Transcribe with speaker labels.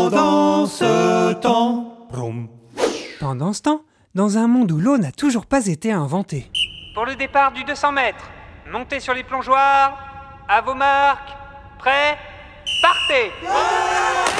Speaker 1: Pendant ce temps.
Speaker 2: Pendant ce temps, dans un monde où l'eau n'a toujours pas été inventée.
Speaker 3: Pour le départ du 200 mètres, montez sur les plongeoires, à vos marques, prêts, partez